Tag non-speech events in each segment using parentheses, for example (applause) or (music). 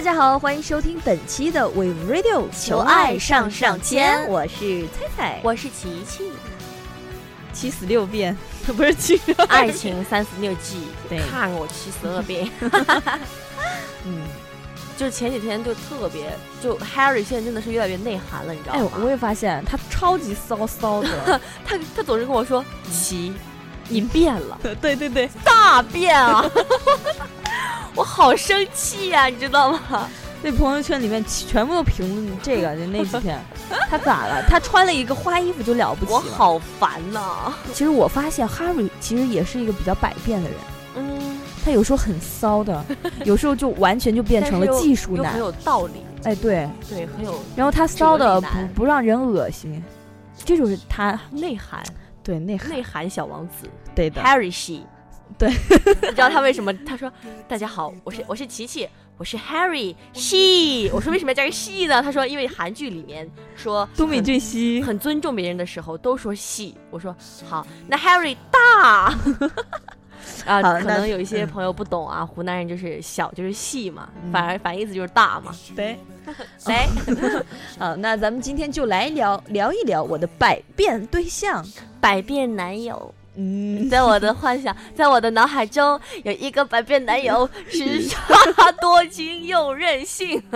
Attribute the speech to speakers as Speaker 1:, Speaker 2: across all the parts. Speaker 1: 家好，欢迎收听本期的 We Radio
Speaker 2: 求爱上上签
Speaker 1: 我是菜菜，
Speaker 2: 我是琪琪， (laughs)
Speaker 1: 七十六变， (laughs) 不是七十，
Speaker 2: 爱情三十六 (laughs) 计，
Speaker 1: 对
Speaker 2: 看我七十二 (laughs) 变。
Speaker 1: 嗯，
Speaker 2: 就前几天就特别，就 Harry 现在真的是越来越内涵了，你知道
Speaker 1: 哎，
Speaker 2: 吗？
Speaker 1: 我也发现他超级骚骚的，
Speaker 2: (laughs) 他他总是跟我说：“琪，嗯你变了，
Speaker 1: 对对对，
Speaker 2: (laughs) 大变啊！” (laughs) 我好生气呀、你知道吗？
Speaker 1: 那朋友圈里面全部都评论这个，就那几
Speaker 2: (laughs)
Speaker 1: 天，他咋了？他穿了一个花衣服就了不起
Speaker 2: 我
Speaker 1: 了？，
Speaker 2: 好烦呐、
Speaker 1: 其实我发现 Harry 其实也是一个比较百变的人，
Speaker 2: 嗯，
Speaker 1: 他有时候很骚
Speaker 2: (laughs)
Speaker 1: 的，有时候就完全就变成了
Speaker 2: 但是又
Speaker 1: 技术
Speaker 2: 又很
Speaker 1: 男，
Speaker 2: 有道理，
Speaker 1: 哎对，
Speaker 2: 对，很有
Speaker 1: 然后他骚的
Speaker 2: 哲理
Speaker 1: 不
Speaker 2: 男
Speaker 1: 不让人恶心，这就是他
Speaker 2: 内涵，
Speaker 1: 对内涵
Speaker 2: 内涵小王子
Speaker 1: 对的
Speaker 2: Harry she。
Speaker 1: 对，
Speaker 2: (laughs) 你知道他为什么？他说：“大家好，我是我是琪琪，我是 Harry she。”我说：“为什么要加个 she 呢？”他说：“因为韩剧里面说
Speaker 1: 都敏
Speaker 2: 很
Speaker 1: 俊熙，
Speaker 2: 很尊重别人的时候都说细，我说好，那 Harry 大。 (laughs)
Speaker 1: 好
Speaker 2: 啊，可
Speaker 1: 那
Speaker 2: 能有一些
Speaker 1: 嗯
Speaker 2: 朋友不懂啊，湖南人就是小就是细嘛，
Speaker 1: 嗯
Speaker 2: 反而反义词就是大嘛。
Speaker 1: (laughs) 对， (laughs)
Speaker 2: 哎，
Speaker 1: 好，那咱们今天就来聊聊一聊我的百变对象，
Speaker 2: 百变男友，
Speaker 1: 嗯，
Speaker 2: (laughs) 在我的幻想，在我的脑海中有一个百变男友， (laughs) 时差多金又任性。 (laughs)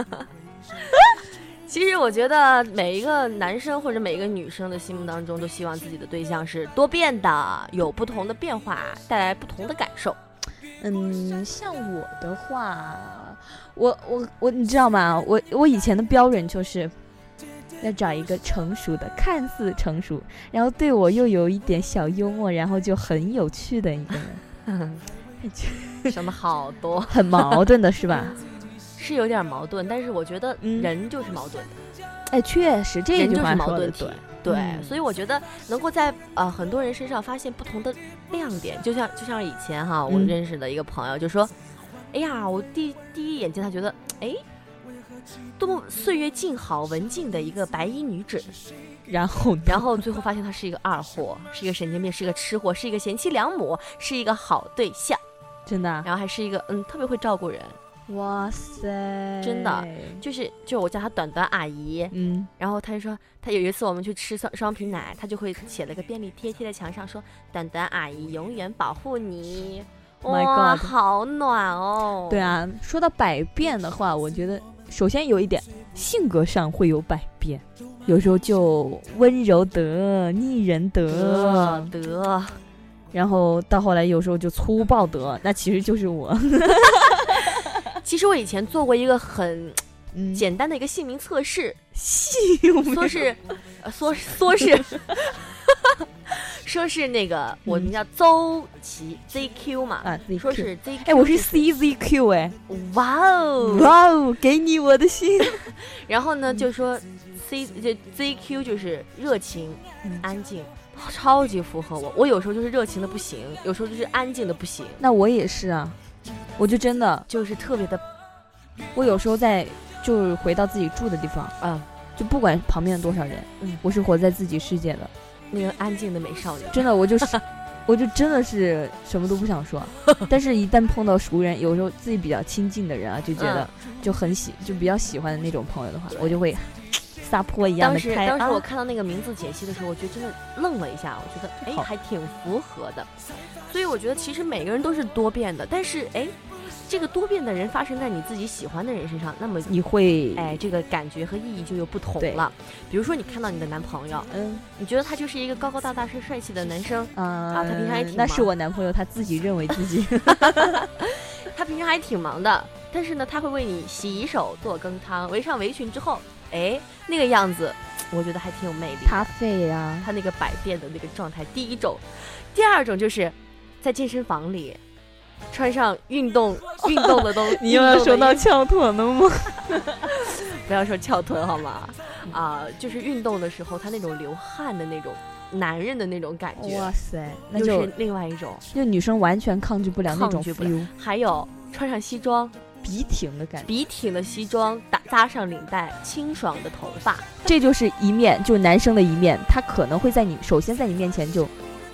Speaker 2: 其实我觉得每一个男生或者每一个女生的心目当中，都希望自己的对象是多变的，有不同的变化，带来不同的感 (laughs) 受。
Speaker 1: 嗯，像我的话，我我我，你知道吗？我我以前的标准就是要找一个成熟的，看似成熟，然后对我又有一点小幽默，然后就很有趣的一个人，
Speaker 2: 想的好多，
Speaker 1: 很矛盾的是吧？
Speaker 2: (laughs) 是有点矛盾，但是我觉得
Speaker 1: 嗯
Speaker 2: 人就是矛盾的，
Speaker 1: 哎，确实这一
Speaker 2: 人
Speaker 1: 句
Speaker 2: 就
Speaker 1: 话
Speaker 2: 是矛
Speaker 1: 说的
Speaker 2: 盾体
Speaker 1: 对，。
Speaker 2: 对，
Speaker 1: 嗯
Speaker 2: 所以我觉得能够在呃很多人身上发现不同的亮点，就像就像以前哈，我
Speaker 1: 嗯
Speaker 2: 认识的一个朋友就说，哎呀，我第第一眼见她觉得，哎，多么岁月静好、文静的一个白衣女子，
Speaker 1: 然后呢
Speaker 2: 然后最后发现她是一个二货，是一个神经病，是一个吃货，是一个贤妻良母，是一个好对象，
Speaker 1: 真的啊，
Speaker 2: 然后还是一个嗯特别会照顾人，
Speaker 1: 哇塞，
Speaker 2: 真的，就是就我叫她短短阿姨，
Speaker 1: 嗯，
Speaker 2: 然后他就说，他有一次我们去吃双双皮奶，他就会写了个便利贴贴在墙上说：“短短阿姨永远保护你。
Speaker 1: Oh My
Speaker 2: 哇，
Speaker 1: God
Speaker 2: 好暖哦！
Speaker 1: 对，啊。说到百变的话，我觉得首先有一点，性格上会有百变，有时候就温柔得、逆人
Speaker 2: 得
Speaker 1: 得，
Speaker 2: 得，
Speaker 1: 然后到后来有时候就粗暴得，那其实就是
Speaker 2: (laughs)
Speaker 1: 我。
Speaker 2: 其实我以前做过一个很
Speaker 1: 嗯，
Speaker 2: 简单的一个姓名测试，
Speaker 1: (laughs) 细
Speaker 2: 说是，呃说说是，说是那个我们叫邹琪 ZQ 嘛，
Speaker 1: 嗯啊，自己
Speaker 2: 说
Speaker 1: Q。
Speaker 2: 是 ZQ，
Speaker 1: 哎，我是
Speaker 2: 就是
Speaker 1: CZQ 哎，
Speaker 2: 哇哦
Speaker 1: 哇哦，给你我的心。
Speaker 2: 然后呢，
Speaker 1: 嗯
Speaker 2: 就说 C 就 ZQ 就是热情、
Speaker 1: 嗯
Speaker 2: 安静，超级符合我。我有时候就是热情的不行，有时候就是安静的不行，
Speaker 1: 那我也是啊，我就真的，
Speaker 2: 就是特别的
Speaker 1: 我有时候在就是回到自己住的地方，
Speaker 2: 啊、
Speaker 1: 就不管旁边有多少人，
Speaker 2: 嗯
Speaker 1: 我是活在自己世界的。
Speaker 2: 那个安静的美少女。
Speaker 1: 真的，我
Speaker 2: (laughs)
Speaker 1: 就是，我就真的是什么都不想说，但是一旦碰到熟人，有时候自己比较亲近的人啊，就
Speaker 2: 嗯
Speaker 1: 觉得就很喜，就比较喜欢的那种朋友的话，我就会撒泼一样
Speaker 2: 当
Speaker 1: 的
Speaker 2: 时
Speaker 1: 开
Speaker 2: 当时我
Speaker 1: 啊，
Speaker 2: 看到那个名字解析的时候，我觉得真的愣了一下，我觉得哎
Speaker 1: 好
Speaker 2: 还挺符合的。所以我觉得其实每个人都是多变的，但是哎，这个多变的人发生在你自己喜欢的人身上，那么
Speaker 1: 你会，
Speaker 2: 哎这个感觉和意义就又不
Speaker 1: 嗯
Speaker 2: 同
Speaker 1: 对
Speaker 2: 了。比如说你看到你的男朋友。
Speaker 1: 嗯
Speaker 2: 你觉得他就是一个高高大大、帅帅气的男生，
Speaker 1: 啊
Speaker 2: 嗯他平常也挺
Speaker 1: 那是
Speaker 2: 忙
Speaker 1: 我男朋友他自己认为自己，
Speaker 2: (laughs) 他平常还挺忙的，但是呢，他会为你洗手、做羹汤、围上围裙之后，哎，那个样子，我觉得还挺有魅力的。
Speaker 1: 他废啊，
Speaker 2: 他那个百变的那个状态，第一种，第二种就是在健身房里穿上运动运动
Speaker 1: (laughs)
Speaker 2: 的东，运动的衣
Speaker 1: 翘臀了吗？
Speaker 2: 不要说翘臀好吗？啊、就是运动的时候他那种流汗的那种男人的那种感觉，
Speaker 1: 哇塞，那
Speaker 2: 又
Speaker 1: 就是
Speaker 2: 另外一种。
Speaker 1: 就女生完全抗拒不了那
Speaker 2: 抗
Speaker 1: 种
Speaker 2: 拒不了
Speaker 1: feel，
Speaker 2: 还有穿上西装，
Speaker 1: 笔挺的感
Speaker 2: (laughs)
Speaker 1: 觉，
Speaker 2: 笔挺的西装，打扎上领带，清爽的头发，
Speaker 1: 这就是一面，就是男生的一面，他可能会在你首先在你面前就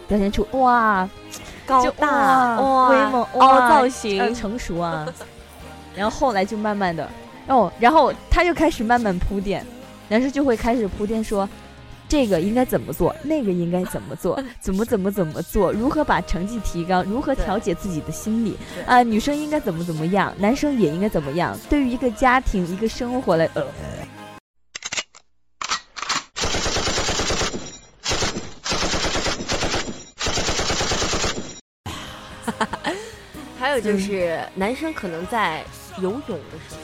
Speaker 1: 表现出哇
Speaker 2: 高大
Speaker 1: 哇威猛哇
Speaker 2: 哦凹造
Speaker 1: 呃
Speaker 2: 型，
Speaker 1: 成熟啊，然后后来就慢慢的哦，然后他就开始慢慢铺垫，男生就会开始铺垫说，这个应该怎么做，那个应该怎么
Speaker 2: (laughs)
Speaker 1: 做，怎么怎么怎么做，如何把成绩提高，如何
Speaker 2: 对
Speaker 1: 调节自己的心理
Speaker 2: 对
Speaker 1: 啊、女生应该怎么怎么样，男生也应该怎么样。对于一个家庭、一个生活来，呃，
Speaker 2: 还有就是男生可能在游泳的时候，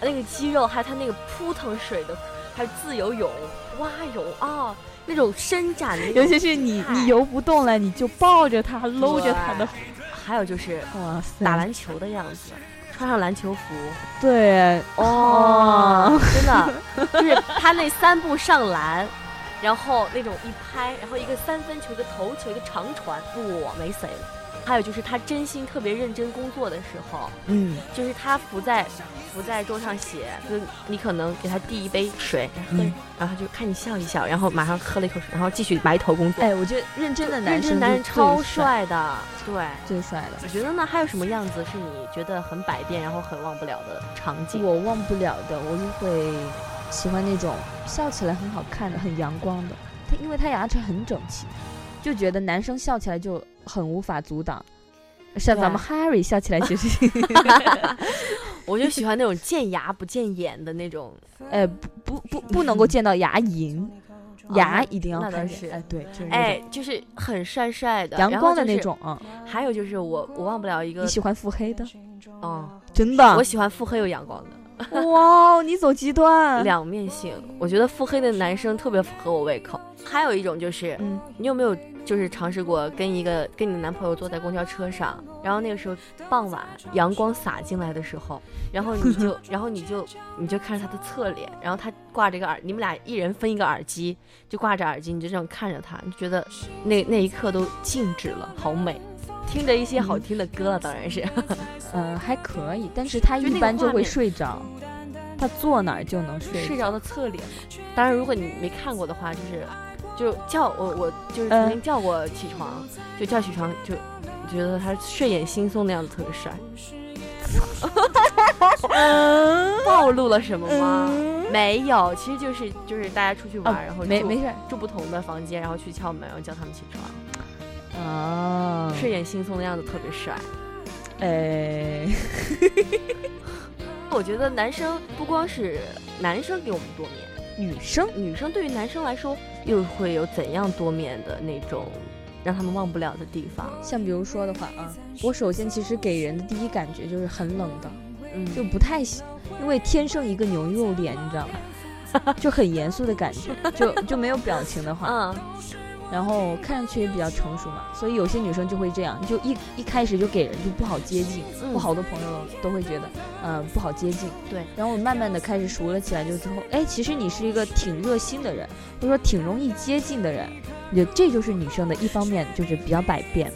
Speaker 2: 那个肌肉还有他那个扑腾水的，还有自由泳、蛙泳啊、那种伸展的那种
Speaker 1: 尤其是你
Speaker 2: 嗨
Speaker 1: 你游不动了，你就抱着他，搂着他的，
Speaker 2: 还有就是
Speaker 1: 哇塞，
Speaker 2: 打篮球的样子，穿上篮球服，
Speaker 1: 对
Speaker 2: 哦，真的，就是他那三步上篮，然后那种一拍，然后一个三分球，一个头球，一个长传，哇，没谁了。还有就是他真心特别认真工作的时候，
Speaker 1: 嗯
Speaker 2: 就是他伏在伏在桌上写，就是你可能给他递一杯 (laughs) 水，然后喝
Speaker 1: 嗯
Speaker 2: 然后他就看你笑一笑，然后马上喝了一口水，然后继续埋头工作。
Speaker 1: 哎，我觉得认真的男
Speaker 2: 认
Speaker 1: 生
Speaker 2: 真男人
Speaker 1: 是最
Speaker 2: 超，帅的，对。
Speaker 1: 最帅的。
Speaker 2: 你觉得呢？还有什么样子是你觉得很百变，然后很忘不了的场景？
Speaker 1: 我忘不了的，我就会喜欢那种笑起来很好看的、很阳光的。他因为他牙齿很整齐，就觉得男生笑起来就很无法阻挡。像咱们 Harry 笑起来其 (laughs) 实，
Speaker 2: (laughs) 我就喜欢那种见牙不见眼的那种，
Speaker 1: 哎，不不不不能够见到牙龈，牙
Speaker 2: 哦
Speaker 1: 一定要
Speaker 2: 那
Speaker 1: 看
Speaker 2: 倒
Speaker 1: 见
Speaker 2: 是
Speaker 1: 哎，对，就是那种
Speaker 2: 哎，就是很帅帅的，
Speaker 1: 阳
Speaker 2: 然后
Speaker 1: 光的
Speaker 2: 就是
Speaker 1: 那。种啊。
Speaker 2: 还有就是我，我忘不了一个
Speaker 1: 你，喜欢腹黑的？
Speaker 2: 嗯，
Speaker 1: 真的
Speaker 2: 我喜欢腹黑又阳光的，
Speaker 1: (laughs) 哇，你走极端。
Speaker 2: 两面性。我觉得腹黑的男生特别符合我胃口。还有一种就是，
Speaker 1: 嗯，
Speaker 2: 你有没有就是尝试过跟一个跟你的男朋友坐在公交车上，然后那个时候傍晚阳光洒进来的时候，然后你就然后你就你就看着他的侧脸，然后他挂着一个耳，你们俩一人分一个耳机，就挂着耳机，你就这样看着他，你就觉得那那一刻都静止了，好美。听着一些好听的歌啊了，当然是
Speaker 1: 呃，还可以，但是他
Speaker 2: 嗯就那
Speaker 1: 一
Speaker 2: 个
Speaker 1: 般就
Speaker 2: 画
Speaker 1: 会
Speaker 2: 面啊
Speaker 1: 睡着，他坐哪儿就能睡着
Speaker 2: 睡着的侧脸。当然，如果你没看过的话，就是就叫我我就是
Speaker 1: 嗯
Speaker 2: 曾经叫过起床，就叫起床就觉得他睡眼惺忪的样子特别帅。
Speaker 1: 嗯
Speaker 2: 暴露了什么吗？没有，其实就是就是大家出去玩，
Speaker 1: 啊
Speaker 2: 然后
Speaker 1: 嗯没
Speaker 2: 住
Speaker 1: 没事儿
Speaker 2: 住不同的房间，然后去敲门，然后叫他们起床，
Speaker 1: 啊，
Speaker 2: 睡眼惺忪的样子特别帅。
Speaker 1: 哎，
Speaker 2: 我觉得男生不光是男生给我们多面，
Speaker 1: (laughs) 女生
Speaker 2: 女生对于男生来说又会有怎样多面的那种让他们忘不了的地方？
Speaker 1: 像比如说的话啊，我首先其实给人的第一感觉就是很冷的，
Speaker 2: 嗯，
Speaker 1: 就不太喜，因为天生一个牛肉脸，你知道吗？就很严肃的感觉，就就没有表情的话，
Speaker 2: 嗯，
Speaker 1: 然后看上去也比较成熟嘛，所以有些女生就会这样，就一一开始就给人就不好接近，
Speaker 2: 嗯
Speaker 1: 我好多朋友都会觉得，嗯、不好接近。
Speaker 2: 对，
Speaker 1: 然后我慢慢的开始熟了起来，就之后，哎，其实你是一个挺热心的人，或者说挺容易接近的人，也这就是女生的一方面，就是比较百变。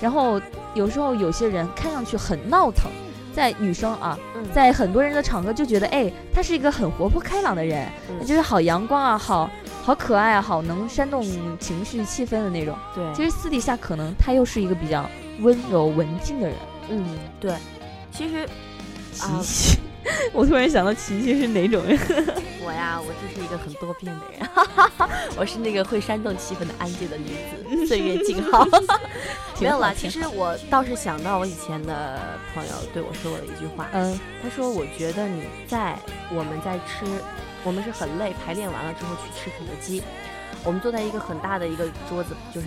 Speaker 1: 然后有时候有些人看上去很闹腾，在女生啊，
Speaker 2: 嗯
Speaker 1: 在很多人的场合就觉得，哎，他是一个很活泼开朗的人，
Speaker 2: 嗯
Speaker 1: 就是好阳光啊，好好可爱啊，好能煽动情绪气氛的那种。
Speaker 2: 对，
Speaker 1: 其实私底下可能他又是一个比较温柔文静的人。
Speaker 2: 嗯对，其实
Speaker 1: 琪
Speaker 2: 啊
Speaker 1: 琪， (laughs) 我突然想到琪琪是哪种人？
Speaker 2: 我呀，我就是一个很多变的人， (laughs) 我是那个会煽动气氛的安静的女
Speaker 1: (laughs)
Speaker 2: 子，岁月静好。 (laughs) 没有啦，其实我倒是想到我以前的朋友对我说过的一句话，
Speaker 1: 嗯
Speaker 2: 他说：“我觉得你在我们在吃，我们是很累，排练完了之后去吃肯德基，我们坐在一个很大的一个桌子，就是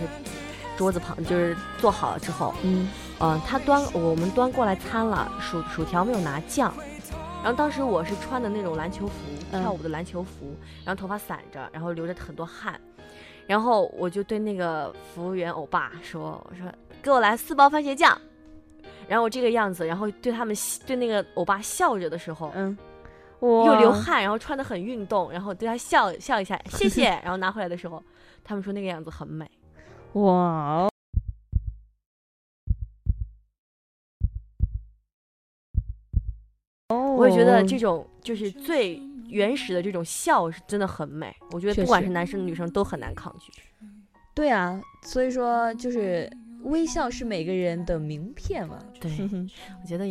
Speaker 2: 桌子旁，就是坐好了之后，
Speaker 1: 嗯，
Speaker 2: 嗯、他端我们端过来餐了，薯薯条没有拿酱。然后当时我是穿的那种篮球服，
Speaker 1: 嗯
Speaker 2: 跳舞的篮球服，然后头发散着，然后流着很多汗，然后我就对那个服务员欧巴说：“我说给我来四包番茄酱。”然后我这个样子，然后对他们对那个欧巴笑着的时候，
Speaker 1: 嗯，
Speaker 2: 又
Speaker 1: 又
Speaker 2: 流，汗，然后穿的很运动，然后对他笑笑一下，谢谢，然后拿回来的时候，他们说那个样子很美。
Speaker 1: 哇哦！
Speaker 2: 我
Speaker 1: 我
Speaker 2: 也觉得这种就是最原始的这种笑是真的很美，我觉得
Speaker 1: 确
Speaker 2: 不管
Speaker 1: 实
Speaker 2: 是男生女生都很难抗拒。
Speaker 1: 对啊，所以说就是微笑是每个人的名片嘛。 (laughs)
Speaker 2: 对，我觉得，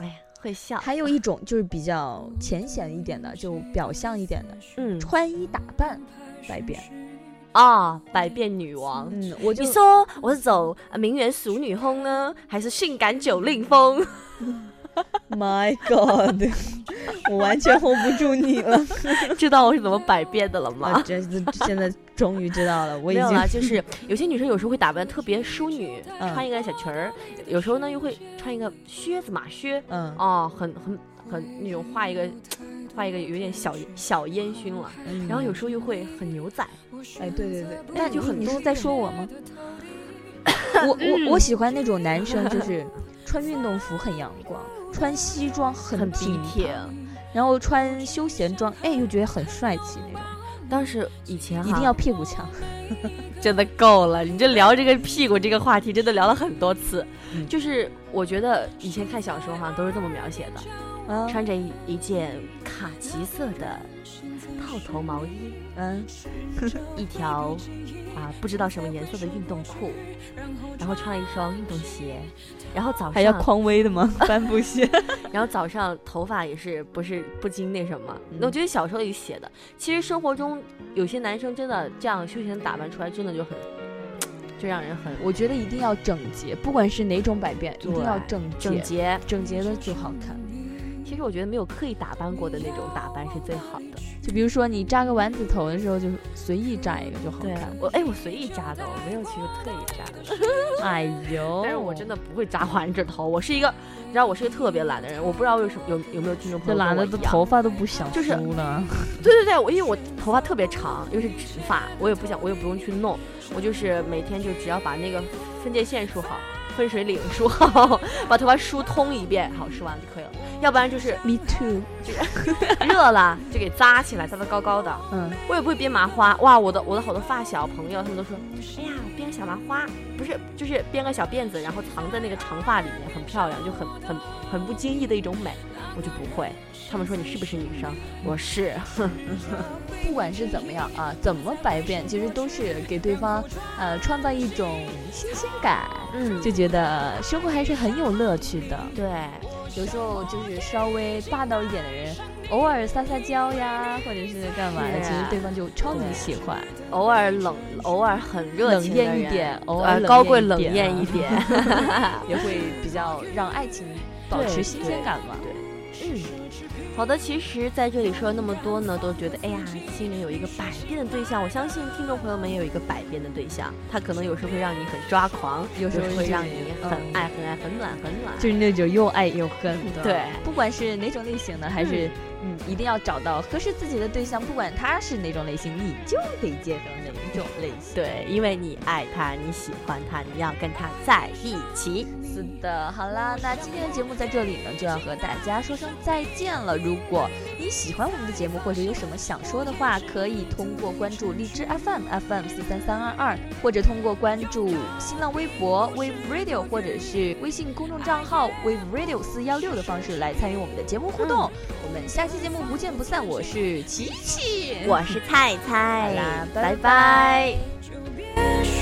Speaker 2: 哎呀，会笑。
Speaker 1: 还有一种就是比较浅显一点的，就表象一点的，
Speaker 2: 嗯
Speaker 1: 穿衣打扮百变。
Speaker 2: 啊，百变女王。
Speaker 1: 嗯，我就
Speaker 2: 你说我是走呃名媛淑女风呢，还是性感九令风？
Speaker 1: (laughs)
Speaker 2: (laughs)
Speaker 1: My God，我 (laughs) 完全 hold 不住你 (laughs) 了。
Speaker 2: 知道我是怎么百变的了
Speaker 1: 啊，
Speaker 2: 吗？
Speaker 1: 这这现在终于知道了，我
Speaker 2: 没
Speaker 1: 已
Speaker 2: 有啦，
Speaker 1: 经
Speaker 2: 就是有些女生有时候会打扮得特别淑女，
Speaker 1: 嗯
Speaker 2: 穿一个小裙儿，有时候呢又会穿一个靴子马靴，
Speaker 1: 嗯，
Speaker 2: 哦，很很很那种画一个画一个有点小小烟熏了，然后有时候又会很牛仔，
Speaker 1: 嗯哎，对对对，
Speaker 2: 那就
Speaker 1: 你
Speaker 2: 很
Speaker 1: 你
Speaker 2: 多
Speaker 1: 是在说我吗？嗯我 (laughs) 我我喜欢那种男生，就是 (laughs) 穿运动服很阳光，穿西装
Speaker 2: 很
Speaker 1: 很
Speaker 2: 体
Speaker 1: 挺
Speaker 2: 贴。
Speaker 1: 然后穿休闲装，哎，又觉得很帅气那种，
Speaker 2: 当时以前哈
Speaker 1: 一定要屁股强。
Speaker 2: 真的够了，你这聊这个屁股这个话题，真的聊了很多次。
Speaker 1: 嗯
Speaker 2: 就是我觉得以前看小说哈，都是这么描写
Speaker 1: (laughs)
Speaker 2: 的：
Speaker 1: 啊，
Speaker 2: 穿着一一件卡其色的套头毛衣，
Speaker 1: 嗯，
Speaker 2: 一条啊不知道什么颜色的运动裤，然后穿了一双运动鞋，然后早
Speaker 1: 还要
Speaker 2: 上
Speaker 1: 匡威的吗？ (laughs) 帆布鞋。
Speaker 2: 然后早上头发也是不是不经那什么？
Speaker 1: 嗯
Speaker 2: 那我觉得小说里写的，其实生活中有些男生真的这样休闲打扮出来，真的就很，就让人很
Speaker 1: 我觉得一定要整洁，不管是哪种百变，一定要
Speaker 2: 对
Speaker 1: 整洁，
Speaker 2: 整洁。
Speaker 1: 整洁的就好看。
Speaker 2: 其实我觉得没有刻意打扮过的那种打扮是最好的。
Speaker 1: 就比如说你扎个丸子头的时候，就随意扎一个就好
Speaker 2: 对
Speaker 1: 看。
Speaker 2: 我哎，我随意扎的，我没有去特意扎的。
Speaker 1: 哎呦，
Speaker 2: 但是我真的不会扎丸子头，我是一个，你知道我是一个特别懒的人，我不知道为什么有有没有听众朋
Speaker 1: 这
Speaker 2: 友
Speaker 1: 懒
Speaker 2: 跟我
Speaker 1: 得的
Speaker 2: 一样
Speaker 1: 头发都不想
Speaker 2: 就是
Speaker 1: 梳了。
Speaker 2: 对对对，我因为我头发特别长，又是直发，我也不想，我也不用去弄，我就是每天就只要把那个分界线梳好，分水岭梳好， (laughs) 把头发梳通一遍，好梳完就可以了。要不然就是
Speaker 1: (laughs) Me too。
Speaker 2: 热了就给扎起来，扎得高高的。
Speaker 1: 嗯，
Speaker 2: 我也不会编麻花，哇，我的我的好多发小朋友他们都说，哎呀，编个小麻花，不是就是编个小辫子，然后藏在那个长发里面，很漂亮，就很很很不经意的一种美。我就不会，他们说你是不是女生？我是。
Speaker 1: 不管是怎么样啊，怎么百变，其实都是给对方呃创造一种新鲜感，
Speaker 2: 嗯
Speaker 1: 就觉得生活还是很有乐趣的。
Speaker 2: 对。
Speaker 1: 有时候就是稍微霸道一点的人，偶尔撒撒娇呀，或者是干嘛的，
Speaker 2: 是
Speaker 1: 其实对方就超级
Speaker 2: 对
Speaker 1: 喜欢。
Speaker 2: 偶尔冷，偶尔很热
Speaker 1: 冷
Speaker 2: 情的
Speaker 1: 艳一
Speaker 2: 人
Speaker 1: 点，偶
Speaker 2: 呃
Speaker 1: 尔
Speaker 2: 高贵冷
Speaker 1: 一
Speaker 2: 艳一
Speaker 1: 点，啊 (laughs)
Speaker 2: 点。
Speaker 1: 也会比较让爱情保
Speaker 2: 对
Speaker 1: 持新鲜感嘛。
Speaker 2: 嗯，好的，其实在这里说了那么多呢，都觉得哎呀，心里有一个百变的对象。我相信听众朋友们也有一个百变的对象，他可能有时候会让你很抓狂，
Speaker 1: 有
Speaker 2: 有
Speaker 1: 时
Speaker 2: 时
Speaker 1: 候
Speaker 2: 候会让你很
Speaker 1: 嗯
Speaker 2: 爱、很爱、很暖、很暖。
Speaker 1: 就是那种又爱又恨的。
Speaker 2: 对
Speaker 1: 不管是哪种类型的，还是嗯，一定要找到合适自己的对象，不管他是哪种类型，你就得接受哪一种类型。，
Speaker 2: 对，因为你爱他，你喜欢他，你要跟他在一起。
Speaker 1: 是的。好啦，那今天的节目在这里呢，就要和大家说声再见了。如果你喜欢我们的节目，或者有什么想说的话，可以通过关注荔枝 FM FM 四三三二二，或者通过关注新浪微博 Wave Radio，或者是微信公众账号 Wave Radio 四幺六的方式来参与我们的节目互动。我们下期节目不见不散。我是琪琪，
Speaker 2: 我是菜
Speaker 1: 嗯
Speaker 2: 菜，
Speaker 1: 好啦拜
Speaker 2: 拜拜
Speaker 3: 就别说。